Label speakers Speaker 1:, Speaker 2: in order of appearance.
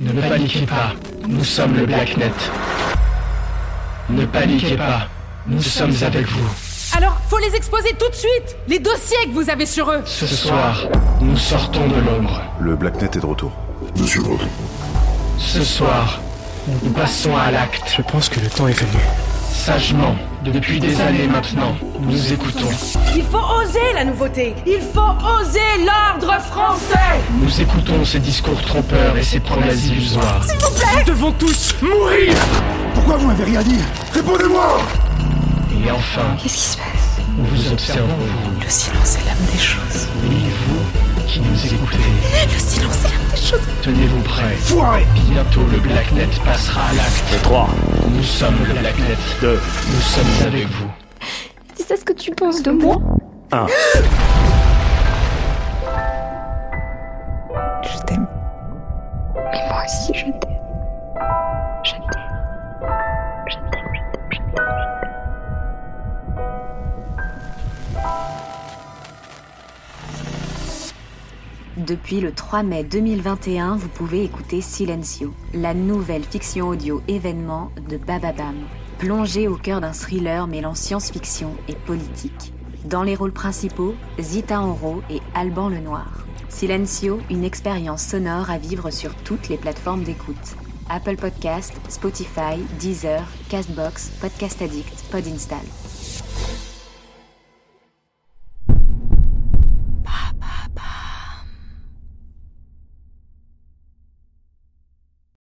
Speaker 1: Ne, ne paniquez pas, nous sommes le Blacknet. Ne paniquez pas, nous sommes avec vous.
Speaker 2: Alors, faut les exposer tout de suite Les dossiers que vous avez sur eux
Speaker 1: Ce soir, nous sortons de l'ombre.
Speaker 3: Le Blacknet est de retour.
Speaker 4: Monsieur Brodin.
Speaker 1: Ce soir, nous passons à l'acte.
Speaker 5: Je pense que le temps est venu.
Speaker 1: Sagement, depuis des années maintenant, nous écoutons.
Speaker 2: Il faut oser la nouveauté Il faut oser l'ordre français
Speaker 1: Nous écoutons ces discours trompeurs et ces promesses illusoires.
Speaker 2: S'il vous plaît
Speaker 5: Nous devons tous mourir
Speaker 4: Pourquoi vous m'avez rien dit Répondez-moi
Speaker 1: Et enfin...
Speaker 6: Qu'est-ce qui se passe
Speaker 1: Nous vous observons, vous.
Speaker 6: Le silence est l'âme des choses.
Speaker 1: Oui, vous qui nous écoutez.
Speaker 6: Le silence est l'âme
Speaker 1: Tenez-vous prêts.
Speaker 4: Foiré
Speaker 1: Bientôt le Blacknet passera à l'acte.
Speaker 3: 3.
Speaker 1: Nous sommes le Blacknet.
Speaker 3: 2.
Speaker 1: Nous sommes avec vous.
Speaker 6: Dis ça ce que tu penses de moi.
Speaker 3: 1.
Speaker 6: Je t'aime. Mais moi aussi je t'aime. Je t'aime. Je t'aime, je t'aime, je
Speaker 7: Depuis le 3 mai 2021, vous pouvez écouter Silencio, la nouvelle fiction audio événement de Bababam, plongée au cœur d'un thriller mêlant science-fiction et politique. Dans les rôles principaux, Zita Enro et Alban Lenoir. Silencio, une expérience sonore à vivre sur toutes les plateformes d'écoute. Apple Podcast, Spotify, Deezer, Castbox, Podcast Addict, Podinstall.